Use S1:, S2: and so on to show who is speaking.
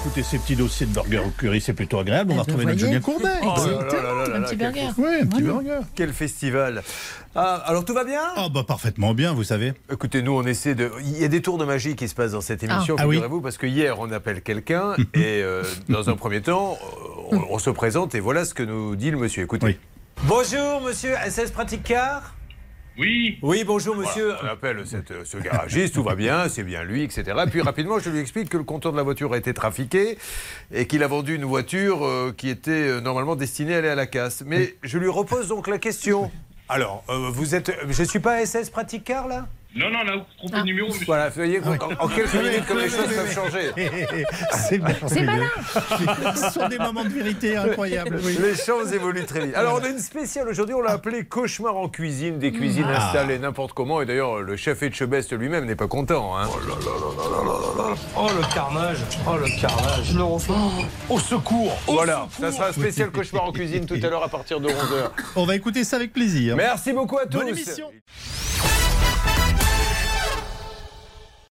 S1: écoutez, ces petits dossiers de burger au curry, c'est plutôt agréable. On
S2: Eh
S1: va
S2: ben,
S1: retrouver notre
S2: voyez.
S1: Julien Courbet.
S2: Oh là là.
S3: un petit
S4: quel-
S3: burger.
S1: Oui, un petit
S2: Voilà.
S1: burger.
S4: Quel festival Ah, Alors tout va bien
S1: Ah bah parfaitement bien, vous savez.
S4: Écoutez, nous on essaie de... Il y a des tours de magie qui se passent dans cette émission,
S1: Ah. Ah oui.
S4: figurez-vous, parce que hier on appelle quelqu'un et euh, dans un premier temps, euh, on, on se présente et voilà ce que nous dit le monsieur. Écoutez.
S1: Oui.
S4: Bonjour monsieur, SS Pratique Car
S5: Oui,
S4: Oui, bonjour monsieur. on appelle cette- euh, ce garagiste, tout va bien, c'est bien lui, etc. Puis rapidement, je lui explique que le compteur de la voiture a été trafiqué et qu'il a vendu une voiture euh, qui était euh, normalement destinée à aller à la casse. Mais je lui repose donc la question. Alors, euh, vous êtes. Je suis pas SS Pratique Car là
S5: non, non, là, vous vous trompez
S3: Ah.
S5: de numéro. monsieur.
S4: Voilà, vous voyez, en, en quelques minutes, comme les choses peuvent changer.
S1: c'est merveilleux. Ce sont des moments de vérité incroyables. oui.
S4: Les choses évoluent très vite. Alors, on a une spéciale aujourd'hui, on l'a appelée Cauchemar en cuisine, des cuisines
S1: Ah.
S4: installées n'importe comment. Et d'ailleurs, le chef Etchebest lui-même n'est pas content. hein.
S6: Oh le carnage, oh le carnage, je le refais. Au secours, au
S4: Voilà,
S6: secours.
S4: ça sera un spécial Cauchemar en cuisine tout à l'heure à partir de 11h.
S1: On va écouter ça avec plaisir.
S4: Merci beaucoup à tous.
S1: Bonne émission.